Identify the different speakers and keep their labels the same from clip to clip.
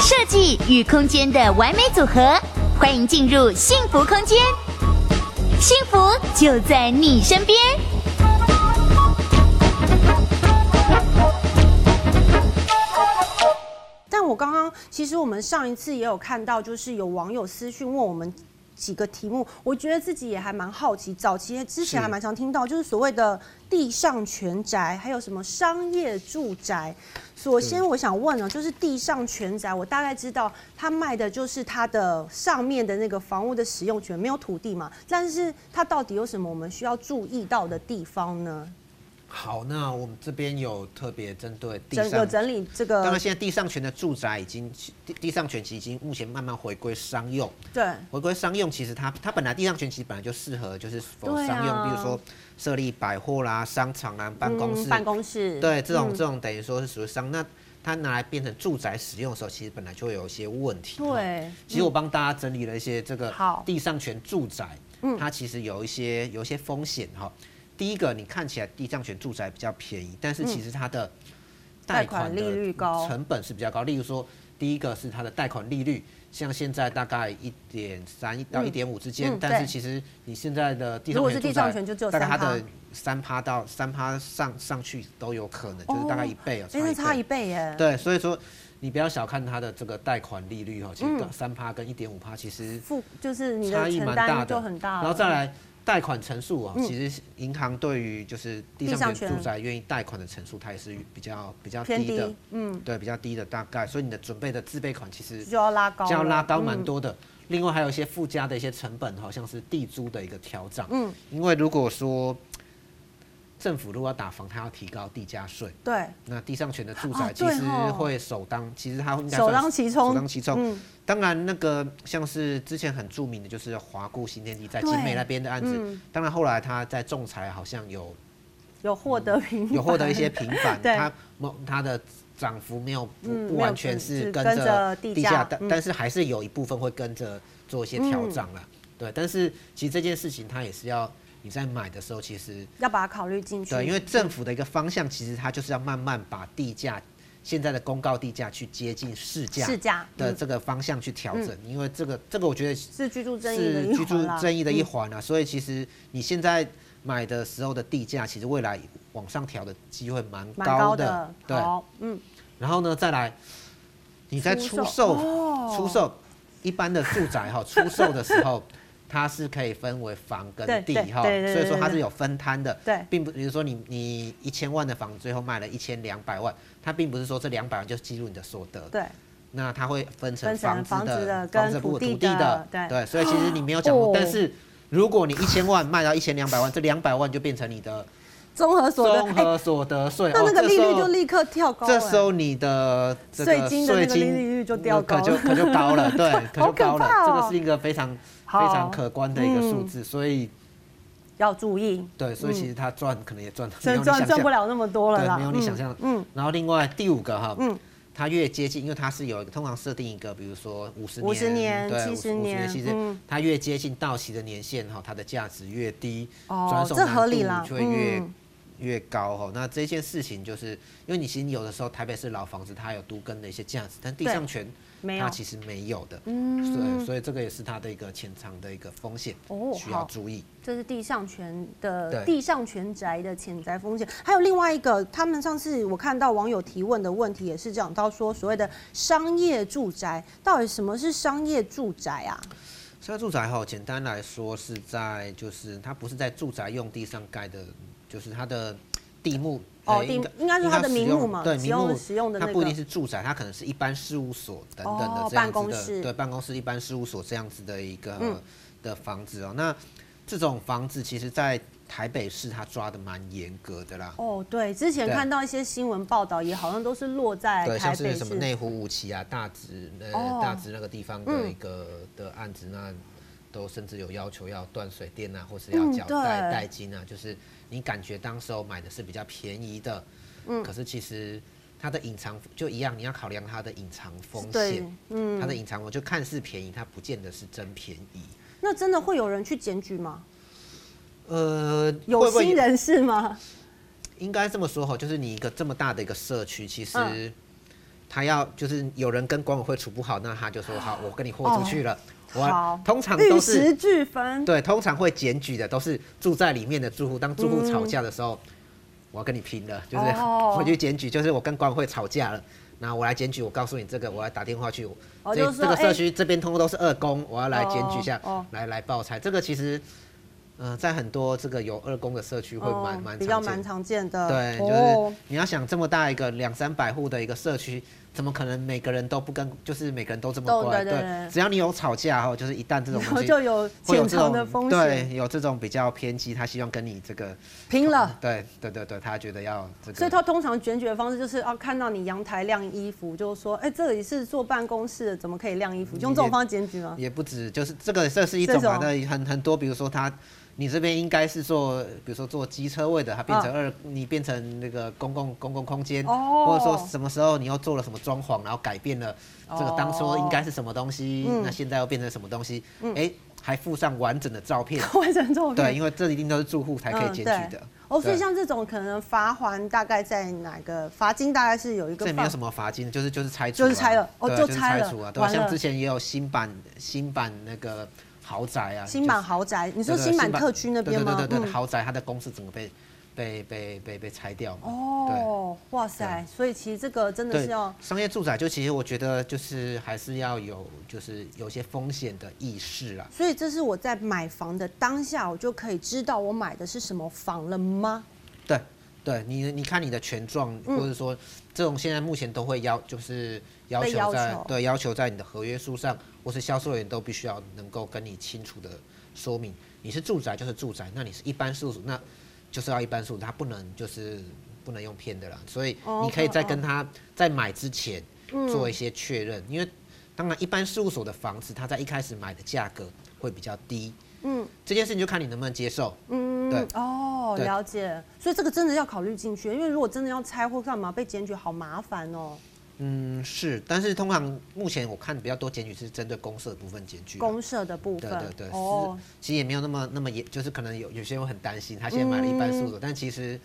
Speaker 1: 设计与空间的完美组合，欢迎进入幸福空间，幸福就在你身边。
Speaker 2: 但我刚刚其实我们上一次也有看到，就是有网友私讯问我们几个题目，我觉得自己也还蛮好奇。早期之前还蛮常听到，就是所谓的地上全宅，还有什么商业住宅。首先我想问呢，就是地上全宅，我大概知道他卖的就是它的上面的那个房屋的使用权，没有土地嘛。但是它到底有什么我们需要注意到的地方呢？
Speaker 3: 好，那我们这边有特别针对地
Speaker 2: 整有
Speaker 3: 上，
Speaker 2: 整理这
Speaker 3: 当然
Speaker 2: 个
Speaker 3: 现在地上权的住宅已经地地上权其实已经目前慢慢回归商用，
Speaker 2: 对
Speaker 3: 回归商用其实它它本来地上权其实本来就适合就是否
Speaker 2: 对啊
Speaker 3: 商用，比如说设立百货啦、商场啦、办公室，
Speaker 2: 嗯办公室
Speaker 3: 对这种
Speaker 2: 嗯
Speaker 3: 这种等于说是属于商，那它拿来变成住宅使用的时候，其实本来就会有一些问题。哦
Speaker 2: 对啊
Speaker 3: 其实我帮大家整理了一些这个
Speaker 2: 好嗯
Speaker 3: 地上权住宅，它其实有一些有一些风险哈。第一个，你看起来地上权住宅比较便宜，但是其实它的
Speaker 2: 嗯贷款
Speaker 3: 的
Speaker 2: 利率高
Speaker 3: 成本是比较高。例如说，第一个是它的贷款利率，像现在大概一点三到一点五之间
Speaker 2: 嗯，
Speaker 3: 但
Speaker 2: 对
Speaker 3: 是其实你现在的地
Speaker 2: 如
Speaker 3: 上
Speaker 2: 果
Speaker 3: 权
Speaker 2: 是
Speaker 3: 住
Speaker 2: 地上
Speaker 3: 宅
Speaker 2: 权就只有
Speaker 3: 大概它
Speaker 2: 3%
Speaker 3: 的三趴到三趴上上去都有可能，就是大概一倍哦，
Speaker 2: 真的差
Speaker 3: 倍
Speaker 2: 一倍耶。
Speaker 3: 对，所以说你不要小看它的这个贷款利率哈，哦其实三趴跟一点五趴其实
Speaker 2: 付嗯就是你
Speaker 3: 差
Speaker 2: 的
Speaker 3: 异
Speaker 2: 承
Speaker 3: 蛮大
Speaker 2: 担
Speaker 3: 的，
Speaker 2: 就很大了，
Speaker 3: 然后再来贷款成数啊，其实银行对于就是
Speaker 2: 嗯地
Speaker 3: 地
Speaker 2: 上
Speaker 3: 上
Speaker 2: 权
Speaker 3: 权住宅愿意贷款的成数，它也是比较比较
Speaker 2: 偏
Speaker 3: 低的
Speaker 2: 低，嗯，
Speaker 3: 对，比较低的大概，所以你的准备的自备款其实
Speaker 2: 就要拉高了，
Speaker 3: 就要拉高蛮
Speaker 2: 嗯
Speaker 3: 多的。另外还有一些附加的一些成本，好像是地租的一个调整。嗯，因为如果说政府如果要打房，它要提高地价税，
Speaker 2: 对，
Speaker 3: 那地上权的住宅
Speaker 2: 哦
Speaker 3: 其
Speaker 2: 对
Speaker 3: 实
Speaker 2: 吼
Speaker 3: 会首当，其实它应该
Speaker 2: 首
Speaker 3: 算
Speaker 2: 当
Speaker 3: 是
Speaker 2: 其冲
Speaker 3: 首当其冲。
Speaker 2: 嗯
Speaker 3: 当然，那个像是之前很著名的就是华固新天地在景美
Speaker 2: 对
Speaker 3: 那边的案子，
Speaker 2: 嗯
Speaker 3: 当然后来他在仲裁好像有
Speaker 2: 有获得平
Speaker 3: 嗯有获得
Speaker 2: 反
Speaker 3: 一些平 反，
Speaker 2: 对
Speaker 3: 它某它的涨幅没有不、
Speaker 2: 嗯没
Speaker 3: 不
Speaker 2: 有
Speaker 3: 完全
Speaker 2: 是
Speaker 3: 是
Speaker 2: 跟
Speaker 3: 跟
Speaker 2: 着
Speaker 3: 着
Speaker 2: 地
Speaker 3: 地
Speaker 2: 价
Speaker 3: 价，但、
Speaker 2: 嗯
Speaker 3: 但是还是有一部分会跟着做一些调整了。对，但是其实这件事情它也是要你在买的时候，其实
Speaker 2: 要把它考虑进去，
Speaker 3: 对，因为政府的一个方向，其实它就是要慢慢把地价现在的公告地价去接近市价
Speaker 2: 市价
Speaker 3: 的
Speaker 2: 嗯
Speaker 3: 这个方向去调整，因为这个这个我觉得
Speaker 2: 是居住正义的
Speaker 3: 是
Speaker 2: 一
Speaker 3: 居住
Speaker 2: 环啦
Speaker 3: 正义的一环啊，所以其实你现在买的时候的地价，其实未来往上调的机会蛮
Speaker 2: 嗯蛮高
Speaker 3: 高
Speaker 2: 的，
Speaker 3: 对。
Speaker 2: 好，嗯，
Speaker 3: 然后呢，再来你在
Speaker 2: 出
Speaker 3: 出
Speaker 2: 售
Speaker 3: 售
Speaker 2: 哦
Speaker 3: 出售一般的住 宅哈，出售的时候。它是可以分为房跟
Speaker 2: 对
Speaker 3: 地
Speaker 2: 对
Speaker 3: 哈，所
Speaker 2: 对对对
Speaker 3: 以说它
Speaker 2: 对
Speaker 3: 是有分摊的，
Speaker 2: 对
Speaker 3: 并不，比如说你你一千万的房，最后卖了一千两百万，它并不是说这两百万就计入你的所得，
Speaker 2: 对，
Speaker 3: 那它会分成
Speaker 2: 分成
Speaker 3: 房子
Speaker 2: 房子的
Speaker 3: 的、
Speaker 2: 跟
Speaker 3: 房子部
Speaker 2: 土地
Speaker 3: 土
Speaker 2: 的
Speaker 3: 的，
Speaker 2: 对
Speaker 3: 所以其实你没有讲过
Speaker 2: 哦，
Speaker 3: 但是如果你一千万卖到一千两百万，这两百万就变成你的
Speaker 2: 综合所得，
Speaker 3: 综
Speaker 2: 哎
Speaker 3: 合所得税，
Speaker 2: 那
Speaker 3: 哦
Speaker 2: 那个
Speaker 3: 这
Speaker 2: 利
Speaker 3: 时
Speaker 2: 率
Speaker 3: 候
Speaker 2: 就立刻跳高，
Speaker 3: 这时
Speaker 2: 哎
Speaker 3: 候你的这个
Speaker 2: 税金的那个利率就掉高了
Speaker 3: 可就可就高了， 对，可
Speaker 2: 好
Speaker 3: 就高
Speaker 2: 可怕哦
Speaker 3: 了，这个是一个非常非
Speaker 2: 好嗯
Speaker 3: 常可观的一个数字，所以
Speaker 2: 要注意，
Speaker 3: 对，所以其实他赚可能也赚，没
Speaker 2: 赚
Speaker 3: 有你
Speaker 2: 嗯赚
Speaker 3: 想
Speaker 2: 赚不
Speaker 3: 象
Speaker 2: 了那么多了
Speaker 3: 对，
Speaker 2: 啦，
Speaker 3: 没有你想象。嗯，然后另外第五个哈，
Speaker 2: 嗯
Speaker 3: 嗯，它越接近，因为它是有一个通常设定一个，比如说五十
Speaker 2: 50年
Speaker 3: 对，
Speaker 2: 70
Speaker 3: 50
Speaker 2: 年
Speaker 3: 年，其实
Speaker 2: 嗯
Speaker 3: 它越接近到期的年限哈，它的价值越低，
Speaker 2: 哦
Speaker 3: 转手
Speaker 2: 这
Speaker 3: 难
Speaker 2: 合理
Speaker 3: 度
Speaker 2: 啦
Speaker 3: 就会越
Speaker 2: 嗯。
Speaker 3: 越高哈，那这件事情就是因为你其实有的时候台北市老房子它有都跟的一些价值，但地
Speaker 2: 对
Speaker 3: 上权
Speaker 2: 没有
Speaker 3: 它其实没有的，嗯，对，所以这个也是它的一个潜藏的一个风险
Speaker 2: 哦，
Speaker 3: 需要
Speaker 2: 好
Speaker 3: 注意。
Speaker 2: 这是地上权的
Speaker 3: 对
Speaker 2: 地上权宅的潜在风险，还有另外一个，他们上次我看到网友提问的问题也是讲到说，所谓的商业住宅，到底什么是商业住宅啊？
Speaker 3: 商业住宅哈，简单来说是在就是它不是在住宅用地上盖的，就是它的地目
Speaker 2: 哦
Speaker 3: 呃
Speaker 2: 地
Speaker 3: 应该
Speaker 2: 应该是它的
Speaker 3: 使
Speaker 2: 名
Speaker 3: 用
Speaker 2: 目嘛
Speaker 3: 对，
Speaker 2: 使
Speaker 3: 名
Speaker 2: 用
Speaker 3: 目
Speaker 2: 使用的那
Speaker 3: 它不一定
Speaker 2: 个
Speaker 3: 是住宅，它可能是一般事务所等等
Speaker 2: 哦
Speaker 3: 的这
Speaker 2: 办
Speaker 3: 样
Speaker 2: 公
Speaker 3: 子
Speaker 2: 室嗯
Speaker 3: 的，对，办公室一般事务所这样子的一个、的房子哦。那这种房子其实，在台北市它抓的蛮严格的啦。
Speaker 2: 哦，对，之前
Speaker 3: 对
Speaker 2: 看到一些新闻报道，也好像都是落在
Speaker 3: 对，
Speaker 2: 台
Speaker 3: 像
Speaker 2: 北
Speaker 3: 是什么
Speaker 2: 市。
Speaker 3: 内湖五期啊、大直呃、
Speaker 2: 哦嗯
Speaker 3: 大直那个地方的一个、的案子，那都甚至有要求要断水电啊，或是要
Speaker 2: 嗯
Speaker 3: 缴
Speaker 2: 对
Speaker 3: 代代金啊，就是你感觉当时候买的是比较便宜的，
Speaker 2: 嗯
Speaker 3: 可是其实它的隐藏就一样，你要考量它的隐藏风
Speaker 2: 对嗯
Speaker 3: 险，它的隐藏风就看似便宜，它不见得是真便宜。
Speaker 2: 那真的会有人去检举吗？
Speaker 3: 呃，
Speaker 2: 有
Speaker 3: 会不会
Speaker 2: 心人士吗？
Speaker 3: 应该这么说哈，就是你一个这么大的一个社区，其实
Speaker 2: 嗯
Speaker 3: 他要就是有人跟管委会处不好，那他就说好，我跟你豁出去了。我
Speaker 2: 哦好，
Speaker 3: 通常
Speaker 2: 玉
Speaker 3: 都
Speaker 2: 石
Speaker 3: 是
Speaker 2: 俱焚。
Speaker 3: 对，通常会检举的都是住在里面的住户，当住户吵架的时候，我要跟你拼了，就是
Speaker 2: 嗯哦
Speaker 3: 我去检举，就是我跟管委会吵架了。那我来检举，我告诉你这个，我要打电话去，
Speaker 2: 哦
Speaker 3: 这
Speaker 2: 就是
Speaker 3: 这
Speaker 2: 说
Speaker 3: 个社
Speaker 2: 哎
Speaker 3: 区这边通通都是二公，我要来检举一下
Speaker 2: 哦哦，
Speaker 3: 来来报菜。这个其实，呃，在很多这个有二公的社区会蛮蛮
Speaker 2: 哦比较
Speaker 3: 常见
Speaker 2: 蛮
Speaker 3: 的。
Speaker 2: 常见的。
Speaker 3: 对，就是你要想这么大一个两三百户的一个社区，怎么可能每个人都不跟，就是每个人都这么
Speaker 2: 都
Speaker 3: 乖？
Speaker 2: 对对对
Speaker 3: 只要你有吵架后，就是一旦这种
Speaker 2: 哦然
Speaker 3: 东
Speaker 2: 后
Speaker 3: 西
Speaker 2: 就有
Speaker 3: 会有
Speaker 2: 潜
Speaker 3: 这
Speaker 2: 藏的风
Speaker 3: 种
Speaker 2: 险，
Speaker 3: 对，有这种比较偏激，他希望跟你这个
Speaker 2: 拼了。
Speaker 3: 对对对对，他觉得要这个，
Speaker 2: 所以他通常检举的方式就是啊，看到你阳台晾衣服，就说，哎、这里是做办公室的，怎么可以晾衣服？用这种方式检举 吗？
Speaker 3: 也不止，就是这个这是一种嘛，
Speaker 2: 这
Speaker 3: 那很很多，比如说他。你这边应该是做，比如说做机车位的，它变成二，你变成那个公共公共空间，
Speaker 2: 啊哦
Speaker 3: 或者说什么时候你又做了什么装潢，然后改变了这个当初应该是什么东西，
Speaker 2: 哦嗯
Speaker 3: 那现在又变成什么东西，哎、还附上完整的照片，
Speaker 2: 完成这种
Speaker 3: 对，因为这一定都是住户才可以检举的
Speaker 2: 嗯对。哦，所以
Speaker 3: 对
Speaker 2: 像这种可能罚还大概在哪个罚金大概是有一个
Speaker 3: 这也没有什
Speaker 2: 么
Speaker 3: 么罚金，就是就是拆除、
Speaker 2: 就
Speaker 3: 啊，
Speaker 2: 是拆了哦
Speaker 3: 对
Speaker 2: 就
Speaker 3: 就是
Speaker 2: 拆
Speaker 3: 拆
Speaker 2: 了
Speaker 3: 除啊，对
Speaker 2: 完了
Speaker 3: 像之前也有新版新版那个豪宅啊，
Speaker 2: 新
Speaker 3: 就是
Speaker 2: 版豪宅，你
Speaker 3: 你
Speaker 2: 说新版特区那边吗？
Speaker 3: 对对对对，
Speaker 2: 嗯
Speaker 3: 豪宅它的公司整个被被被被被拆掉嘛。对。
Speaker 2: 哦，哇塞！所以其实这个真的
Speaker 3: 对
Speaker 2: 是哦要，
Speaker 3: 商业住宅，就其实我觉得就是还是要有就是有一些风险的意识啊啦。
Speaker 2: 所以这是我在买房的当下，我就可以知道我买的是什么房了吗？
Speaker 3: 对，对你你看你的权状，
Speaker 2: 嗯
Speaker 3: 或者说这种现在目前都会要就是要
Speaker 2: 被
Speaker 3: 求
Speaker 2: 要
Speaker 3: 在
Speaker 2: 求
Speaker 3: 对要求在你的合约书上，或是销售员都必须要能够跟你清楚的说明，你是住宅就是住宅，那你是一般事务所那就是要一般事务所，他不能就是不能用骗的啦。所以
Speaker 2: 哦
Speaker 3: 你可以在
Speaker 2: 哦嗯
Speaker 3: 跟他在买之前做一些确认，因为当然一般事务所的房子，他在一开始买的价格会比较低。
Speaker 2: 嗯，
Speaker 3: 这件事情就看你能不能接受。
Speaker 2: 嗯
Speaker 3: 对，
Speaker 2: 哦，
Speaker 3: 对
Speaker 2: 了解。所以这个真的要考虑进去，因为如果真的要拆或干嘛被检举，好麻烦哦。
Speaker 3: 嗯，是，但是通常目前我看比较多检举是针对公社的部分检举啊，
Speaker 2: 公社的部
Speaker 3: 对
Speaker 2: 分，
Speaker 3: 对对，
Speaker 2: 哦
Speaker 3: 是，其实也没有那么那么严，就是可能有有些人会很担心，他现在买了一般诉
Speaker 2: 嗯
Speaker 3: 讼，但其实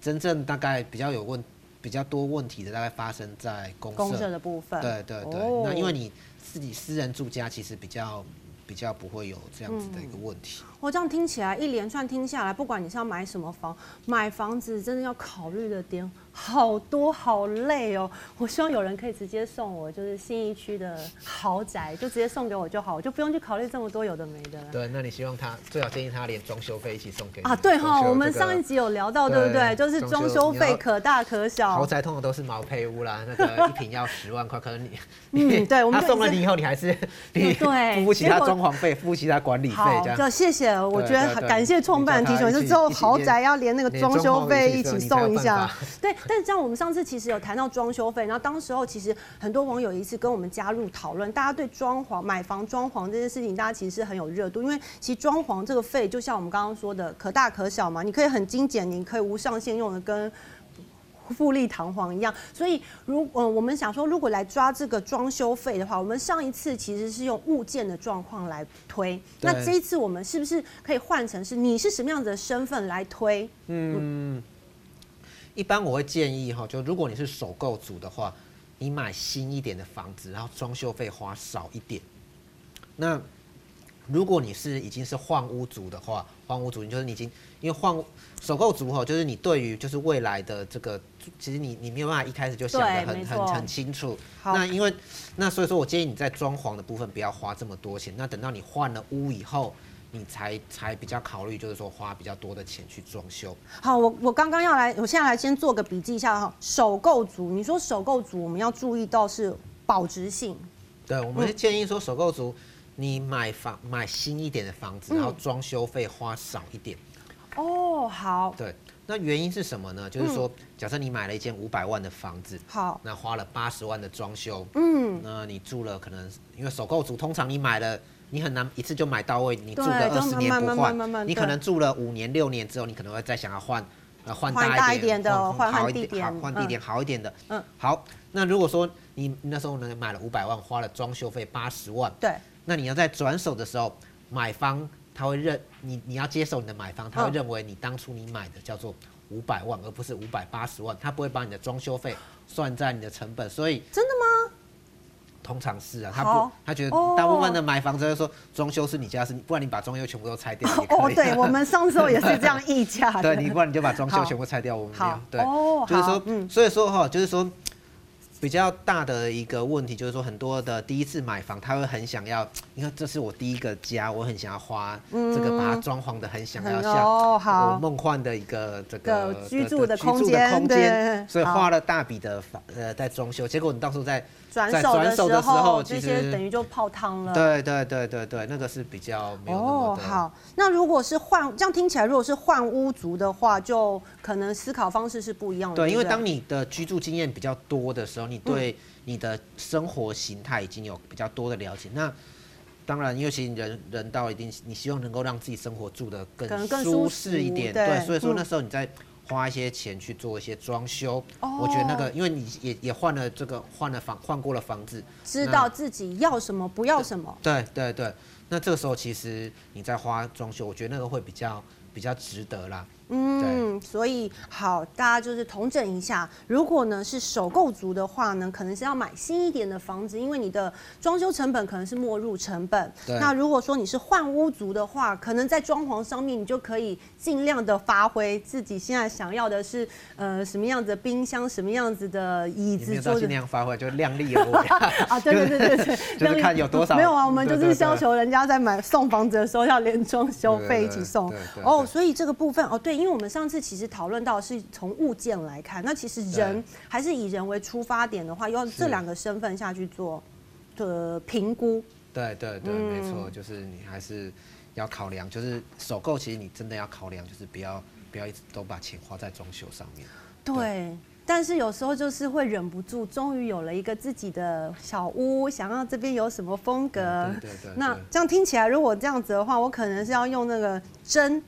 Speaker 3: 真正大概比较有问比较多问题的，大概发生在公社，
Speaker 2: 公社的部分，
Speaker 3: 对对对，
Speaker 2: 哦
Speaker 3: 那因为你自己私人住家其实比较比较不会有这样子的一
Speaker 2: 嗯
Speaker 3: 个问题。
Speaker 2: 我这样听起来一连串听下来，不管你是要买什么房，买房子真的要考虑的点好多，好累哦。我希望有人可以直接送我，就是信义区的豪宅，就直接送给我就好，我就不用去考虑这么多有的没的了。
Speaker 3: 对，那你希望他最好建议他连装修费一起送给你
Speaker 2: 啊，对
Speaker 3: 装
Speaker 2: 哈，
Speaker 3: 修
Speaker 2: 我们
Speaker 3: 这个
Speaker 2: 上一集有聊到，对不对？
Speaker 3: 对
Speaker 2: 就是装修
Speaker 3: 装修你
Speaker 2: 费
Speaker 3: 要
Speaker 2: 可大可
Speaker 3: 豪
Speaker 2: 小，
Speaker 3: 宅通常都是毛坯屋啦，那个一平要十万块，可能你，
Speaker 2: 嗯对我们
Speaker 3: 他
Speaker 2: 就
Speaker 3: 送了你以后，你还是 你
Speaker 2: 对
Speaker 3: 付不起他
Speaker 2: 结果
Speaker 3: 装潢费，付不起他管理费
Speaker 2: 好
Speaker 3: 这，样。
Speaker 2: 就谢谢，我觉得
Speaker 3: 对对
Speaker 2: 感谢创办人提醒，
Speaker 3: 你
Speaker 2: 就
Speaker 3: 叫他
Speaker 2: 之后
Speaker 3: 一起
Speaker 2: 豪宅要连那个
Speaker 3: 连
Speaker 2: 装修
Speaker 3: 装潢
Speaker 2: 费
Speaker 3: 一
Speaker 2: 一
Speaker 3: 起
Speaker 2: 起
Speaker 3: 送
Speaker 2: 送一
Speaker 3: 你才有办
Speaker 2: 下
Speaker 3: 法。
Speaker 2: 对，但是这样我们上次其实有谈到装修费，然后当时候其实很多网友一次跟我们加入讨论，大家对装潢、买房装潢这件事情，大家其实是很有热度，因为其实装潢这个费就像我们刚刚说的，可大可小嘛，你可以很精简，你可以无上限用的跟。富丽堂皇一样。所以如呃，我们想说，如果来抓这个装修费的话，我们上一次其实是用物件的状况来推，
Speaker 3: 对
Speaker 2: 那这一次我们是不是可以换成是你是什么样子的身份来推？
Speaker 3: 一般我会建议哈，就如果你是首购族的话，你买新一点的房子，然后装修费花少一点。那如果你是已经是换屋族的话，换屋族你就是你已经因为换屋首购族哈，就是你对于就是未来的这个，其实你你没有办法一开始就想
Speaker 2: 对没
Speaker 3: 得很
Speaker 2: 错
Speaker 3: 很很清楚。
Speaker 2: 好
Speaker 3: 那因为那所以说我建议你在装潢的部分不要花这么多钱，那等到你换了屋以后，你才才比较考虑就是说花比较多的钱去装修。
Speaker 2: 好，我我刚刚要来，我现在来先做个笔记一下哈。首购族，你说首购族，我们要注意到是保值性，
Speaker 3: 对，我
Speaker 2: 嗯
Speaker 3: 们是建议说首购族，你买房买新一点的房
Speaker 2: 嗯
Speaker 3: 子，然后装修费花少一点。
Speaker 2: 哦，好
Speaker 3: 对，那原因是什么呢？就是说，假设你买了一间五百万的房子，
Speaker 2: 嗯好，
Speaker 3: 那花了八十万的装修，
Speaker 2: 嗯，
Speaker 3: 那你住了可能因为首购族，通常你买了。你很难一次就买到位，你住
Speaker 2: 对
Speaker 3: 个
Speaker 2: 就
Speaker 3: 二十
Speaker 2: 慢
Speaker 3: 年
Speaker 2: 慢
Speaker 3: 不
Speaker 2: 慢慢慢慢
Speaker 3: 换，你可
Speaker 2: 对
Speaker 3: 能住了五年六年之后，你可能会再想要换，呃，换
Speaker 2: 换
Speaker 3: 大
Speaker 2: 大
Speaker 3: 一
Speaker 2: 一点
Speaker 3: 点
Speaker 2: 的换
Speaker 3: 好
Speaker 2: 换
Speaker 3: 一
Speaker 2: 地
Speaker 3: 点，好
Speaker 2: 点
Speaker 3: 换
Speaker 2: 嗯
Speaker 3: 地点好一点的。
Speaker 2: 嗯，
Speaker 3: 好，那如果说你那时候呢买了五百万，花了装修费八十万，
Speaker 2: 对，
Speaker 3: 那你要在转手的时候，
Speaker 2: 嗯
Speaker 3: 买方他会认你，你要接手你的买方，他会认为你当初你买的叫做五百万，而不是五百八十万，它不会把你的装修费算在你的成本，所以
Speaker 2: 真的吗？
Speaker 3: 通常是啊，他不
Speaker 2: 好，
Speaker 3: 他觉得
Speaker 2: 哦
Speaker 3: 大部分的买房者会说装修是你家的事，不然你把装修全部都拆掉也可 以。啊
Speaker 2: 哦，对，我们上周也是这样议价的。
Speaker 3: 对你，不然你就把装修
Speaker 2: 好
Speaker 3: 全部拆掉，我们没有
Speaker 2: 好。
Speaker 3: 对，
Speaker 2: 哦
Speaker 3: 就是
Speaker 2: 好
Speaker 3: 说，
Speaker 2: 嗯
Speaker 3: 所以说哈，就是说比较大的一个问题就是说，很多的第一次买房，他会很想要，因为这是我第一个家，我很想要花这个把它装潢的很想要
Speaker 2: 很
Speaker 3: 像
Speaker 2: 哦好
Speaker 3: 我梦幻的一个这
Speaker 2: 个
Speaker 3: 个
Speaker 2: 居住的
Speaker 3: 居住
Speaker 2: 空
Speaker 3: 的
Speaker 2: 间
Speaker 3: 空
Speaker 2: 对
Speaker 3: 间，所以
Speaker 2: 好
Speaker 3: 花了大笔的房呃在装修，结果你到时候在
Speaker 2: 转
Speaker 3: 在
Speaker 2: 手的
Speaker 3: 转手的
Speaker 2: 时
Speaker 3: 时候，
Speaker 2: 候，这
Speaker 3: 其实
Speaker 2: 些等于就泡汤了。
Speaker 3: 对对对对对，那个是比较没有那么
Speaker 2: 哦，
Speaker 3: 的。
Speaker 2: 好，那如果是换，这样听起来，如果是换屋族的话，就可能思考方式是不一哦样的。嗯
Speaker 3: 对，因为
Speaker 2: 不
Speaker 3: 当你的居住经验比较多的时候，你对你的生活形态已经有比较多的了解。那当然，尤其人人到一定，你希望能够让自己生活住的
Speaker 2: 可
Speaker 3: 更
Speaker 2: 能更
Speaker 3: 舒
Speaker 2: 舒
Speaker 3: 适一
Speaker 2: 服
Speaker 3: 点。
Speaker 2: 对
Speaker 3: 对，所以说
Speaker 2: 嗯
Speaker 3: 那时候你在花一些钱去做一些装修，
Speaker 2: 哦
Speaker 3: 我觉得那个，因为你也也换了这个换了房换过了房子，
Speaker 2: 知
Speaker 3: 那
Speaker 2: 道自己要什么，不要什么。
Speaker 3: 对对对，那这个时候其实你在花装修，我觉得那个会比较比较值得啦。
Speaker 2: 嗯，所以好，大家就是统整一下。如果呢是首购族的话呢，可能是要买新一点的房子，因为你的装修成本可能是没入成本。
Speaker 3: 对
Speaker 2: 那如果说你是换屋族的话，可能在装潢上面你就可以尽量的发挥自己现在想要的是呃什么样子的冰箱，什么样子的椅
Speaker 3: 你没
Speaker 2: 子、
Speaker 3: 有到
Speaker 2: 桌子
Speaker 3: 尽。量发挥，就量力而为。
Speaker 2: 啊，对对 对对对，
Speaker 3: 就是看有多少
Speaker 2: 没有啊，我们
Speaker 3: 对
Speaker 2: 就
Speaker 3: 对
Speaker 2: 是
Speaker 3: 对
Speaker 2: 要求人家在买送房子的时候要连装修费一起送
Speaker 3: 对对对对对
Speaker 2: 哦，所以这个部分哦，对，因为我们上次其实讨论到是从物件来看，那其实人
Speaker 3: 对
Speaker 2: 还是以人为出发点的话，用
Speaker 3: 是
Speaker 2: 这两个身份下去做的评估。
Speaker 3: 对对对，没
Speaker 2: 嗯
Speaker 3: 错，就是你还是要考量，就是首购，其实你真的要考量，就是不要不要一直都把钱花在装修上面。
Speaker 2: 对，但是有时候就是会忍不住，终于有了一个自己的小屋，想要这边有什么风格。
Speaker 3: 嗯对对对
Speaker 2: 那
Speaker 3: 对
Speaker 2: 这样听起来，如果这样子的话，我可能是要用那个真。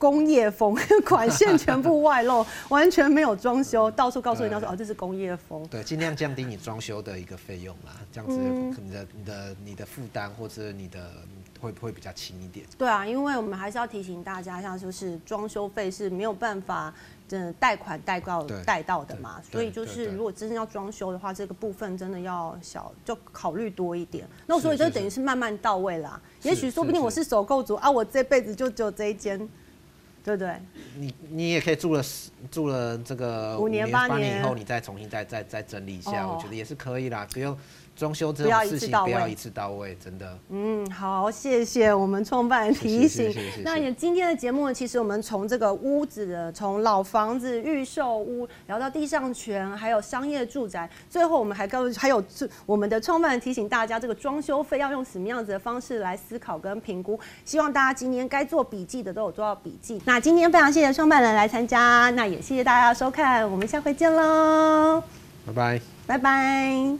Speaker 2: 工业风 管线全部外露，完全没有装修，到处告诉人家说
Speaker 3: 对
Speaker 2: 哦，这是工业风。
Speaker 3: 对，尽量降低你装修的一个费用啦，这样子
Speaker 2: 嗯
Speaker 3: 可能你的你的你的负担或者你的嗯会会比较轻一点。
Speaker 2: 对啊，因为我们还是要提醒大家，像就是装修费是没有办法，嗯，贷款贷到
Speaker 3: 对
Speaker 2: 贷到的嘛，
Speaker 3: 对
Speaker 2: 所以
Speaker 3: 对
Speaker 2: 就是
Speaker 3: 对
Speaker 2: 如果真的要装修的话，这个部分真的要小，就考虑多一点。那
Speaker 3: 是
Speaker 2: 所以就是等于
Speaker 3: 是
Speaker 2: 是慢慢到位啦。也许
Speaker 3: 是
Speaker 2: 说不定
Speaker 3: 是
Speaker 2: 我是首购族啊，我这辈子就只有这一间，对不对？
Speaker 3: 你你也可以住了十住了这个
Speaker 2: 五年八
Speaker 3: 八
Speaker 2: 年
Speaker 3: 以后，你再重新再再再整理一下，
Speaker 2: 哦
Speaker 3: 我觉得也是可以啦，不用装修这
Speaker 2: 不要
Speaker 3: 种
Speaker 2: 一
Speaker 3: 事
Speaker 2: 次
Speaker 3: 情
Speaker 2: 到
Speaker 3: 不要
Speaker 2: 位
Speaker 3: 一次到位，真的。
Speaker 2: 嗯，好，谢谢我们创办人提醒
Speaker 3: 谢谢谢谢谢谢。
Speaker 2: 那也今天的节目呢，其实我们从这个屋子的，从老房子、预售屋聊到地上权，还有商业住宅，最后我们还告还有这我们的创办人提醒大家，这个装修费要用什么样子的方式来思考跟评估。希望大家今天该做笔记的都有做到笔记。那今天非常谢谢创办人来参加，那也谢谢大家收看，我们下回见喽，
Speaker 3: 拜拜。
Speaker 2: 拜拜。